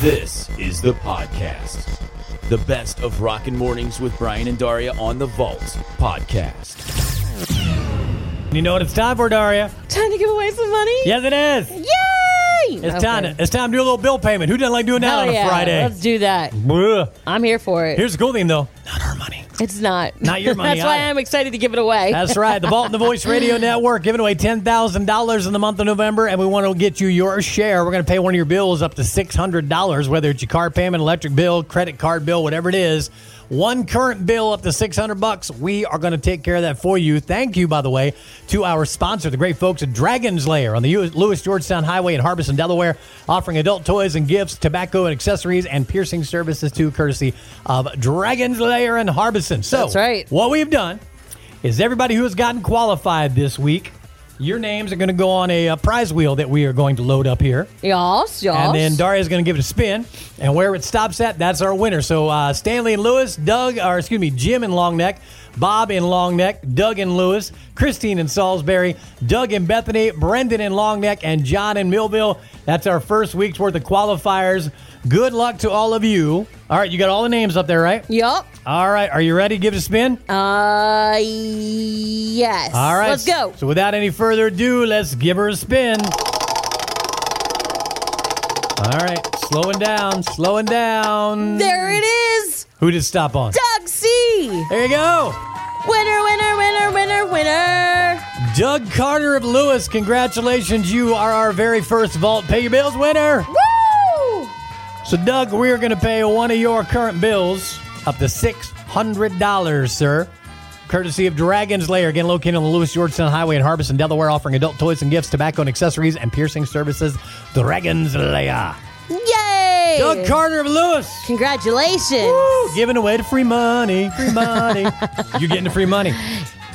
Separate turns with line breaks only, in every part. This is the podcast. The best of Rockin' Mornings with Brian and Daria on the Vault podcast.
You know what it's time for, Daria?
Time to give away some money?
Yes, it is.
Yay!
It's time. To, it's time to do a little bill payment. Who doesn't like doing that
Hell
on a
yeah.
Friday?
Let's do that.
Bruh.
I'm here for it.
Here's the cool thing, though. Not our money.
it's not.
Not your money
That's why
either.
I'm excited to give it away.
That's right. The Vault and the Voice Radio Network giving away ten thousand dollars in the month of November, and we want to get you your share. We're going to pay one of your bills up to six hundred dollars, whether it's your car payment, electric bill, credit card bill, whatever it is. One current bill up to six hundred bucks. We are going to take care of that for you. Thank you, by the way, to our sponsor, the great folks at Dragon's Lair on the U- Lewis Georgetown Highway in Harbison, Delaware, offering adult toys and gifts, tobacco and accessories, and piercing services too, courtesy of Dragon's Lair in Harbison. So
That's right.
What we've done is everybody who has gotten qualified this week. Your names are going to go on a, uh prize wheel that we are going to load up here.
Y'all's, y'all's.
And then Daria is going to give it a spin. And where it stops at, that's our winner. So uh, Stanley and Lewis, Doug, or excuse me, Jim and Longneck, Bob in Longneck, Doug and Lewis, Christine in Salisbury, Doug and Bethany, Brendan in Longneck, and John in Millville. That's our first week's worth of qualifiers. Good luck to all of you. All right, you got all the names up there, right?
Yup.
All right, are you ready? Give it a spin.
Uh, yes.
All right.
Let's go.
So without any further ado, let's give her a spin. All right, slowing down, slowing down.
there it is.
Who did stop on?
Doug C.
There you go.
Winner, winner, winner, winner, winner.
Doug Carter of Lewis, congratulations. You are our very first Vault Pay Your Bills winner.
Woo!
So, Doug, we are going to pay one of your current bills up to $600, sir. Courtesy of Dragon's Lair, again located on the Lewis Georgetown Highway in Harbison, Delaware, offering adult toys and gifts, tobacco and accessories, and piercing services. Dragon's Lair.
Yay!
Doug Carter of Lewis.
Congratulations.
Woo, giving away the free money. Free money. You're getting the free money.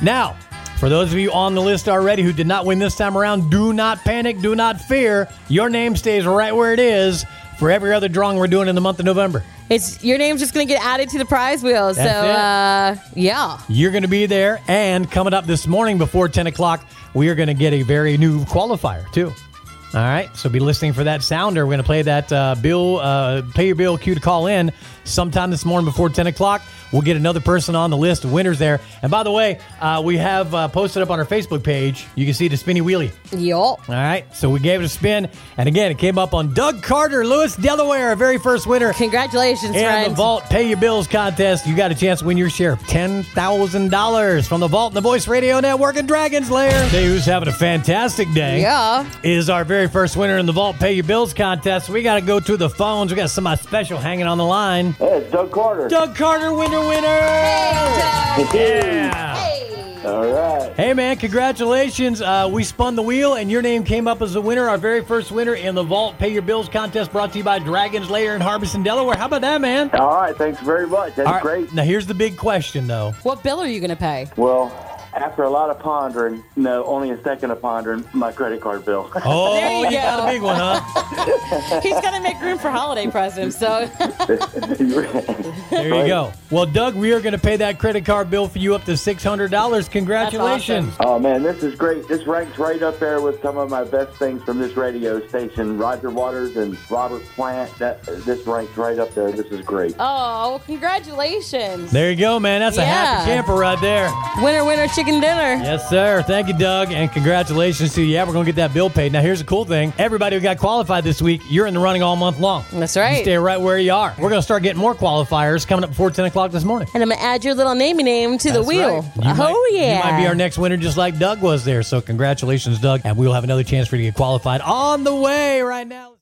Now, for those of you on the list already who did not win this time around, do not panic. Do not fear. Your name stays right where it is for every other drawing we're doing in the month of November.
It's your name's just gonna get added to the prize wheel. so uh yeah.
You're going to be there. And coming up this morning before 10 o'clock, we are going to get a very new qualifier, too. All right. So be listening for that sounder. We're going to play that uh, bill, uh, pay your bill cue to call in sometime this morning before 10 o'clock. We'll get another person on the list of winners there. And by the way, uh, we have uh, posted up on our Facebook page. You can see the spinny wheelie.
Yup.
All right. So we gave it a spin. And again, it came up on Doug Carter, Lewis, Delaware, our very first winner. And
Congratulations,
the
friends.
Vault Pay Your Bills contest, you got a chance to win your share of $10,000 from the Vault and the Voice Radio Network and Dragon's Lair. Today, who's having a fantastic day
Yeah.
is our very first winner in the Vault Pay Your Bills contest. We got to go to the phones. We got somebody special hanging on the line.
Hey, it's Doug Carter.
Doug Carter, winner, winner. Yeah.
All right.
Hey, man, congratulations. Uh, we spun the wheel, and your name came up as the winner, our very first winner in the Vault Pay Your Bills contest brought to you by Dragon's Lair in Harbison, Delaware. How about that, man?
All right. Thanks very much. That's
All right.
great.
Now here's the big question, though.
What bill are you gonna pay?
Well, after a lot of pondering, no, only a second of pondering, my credit card bill.
Oh,
There you
you got
go.
a big one, huh?
He's gonna make room for holiday presents. So
There you
Right.
go. Well, Doug, we are going to pay that credit card bill for you up to six hundred dollars. Congratulations!
oh man, this is great. This ranks right up there with some of my best things from this radio station. Roger Waters and Robert Plant. That this ranks right up there. This is great.
oh congratulations.
There you go, man. That's a happy
Yeah.
camper right there.
Winner winner chicken dinner.
Yes, sir. Thank you, Doug, and congratulations to you. Yeah, we're going to get that bill paid. Now, here's the cool thing: everybody who got qualified this week, you're in the running all month long.
That's right.
You stay right where you are. We're going to start getting more qualifiers coming up before ten o'clock this morning.
And I'm gonna add your little namey name to the
That's
wheel.
right. You
Oh
might-
yeah.
You might be our next winner just like Doug was there. So congratulations, Doug. And we'll have another chance for you to get qualified on the way right now.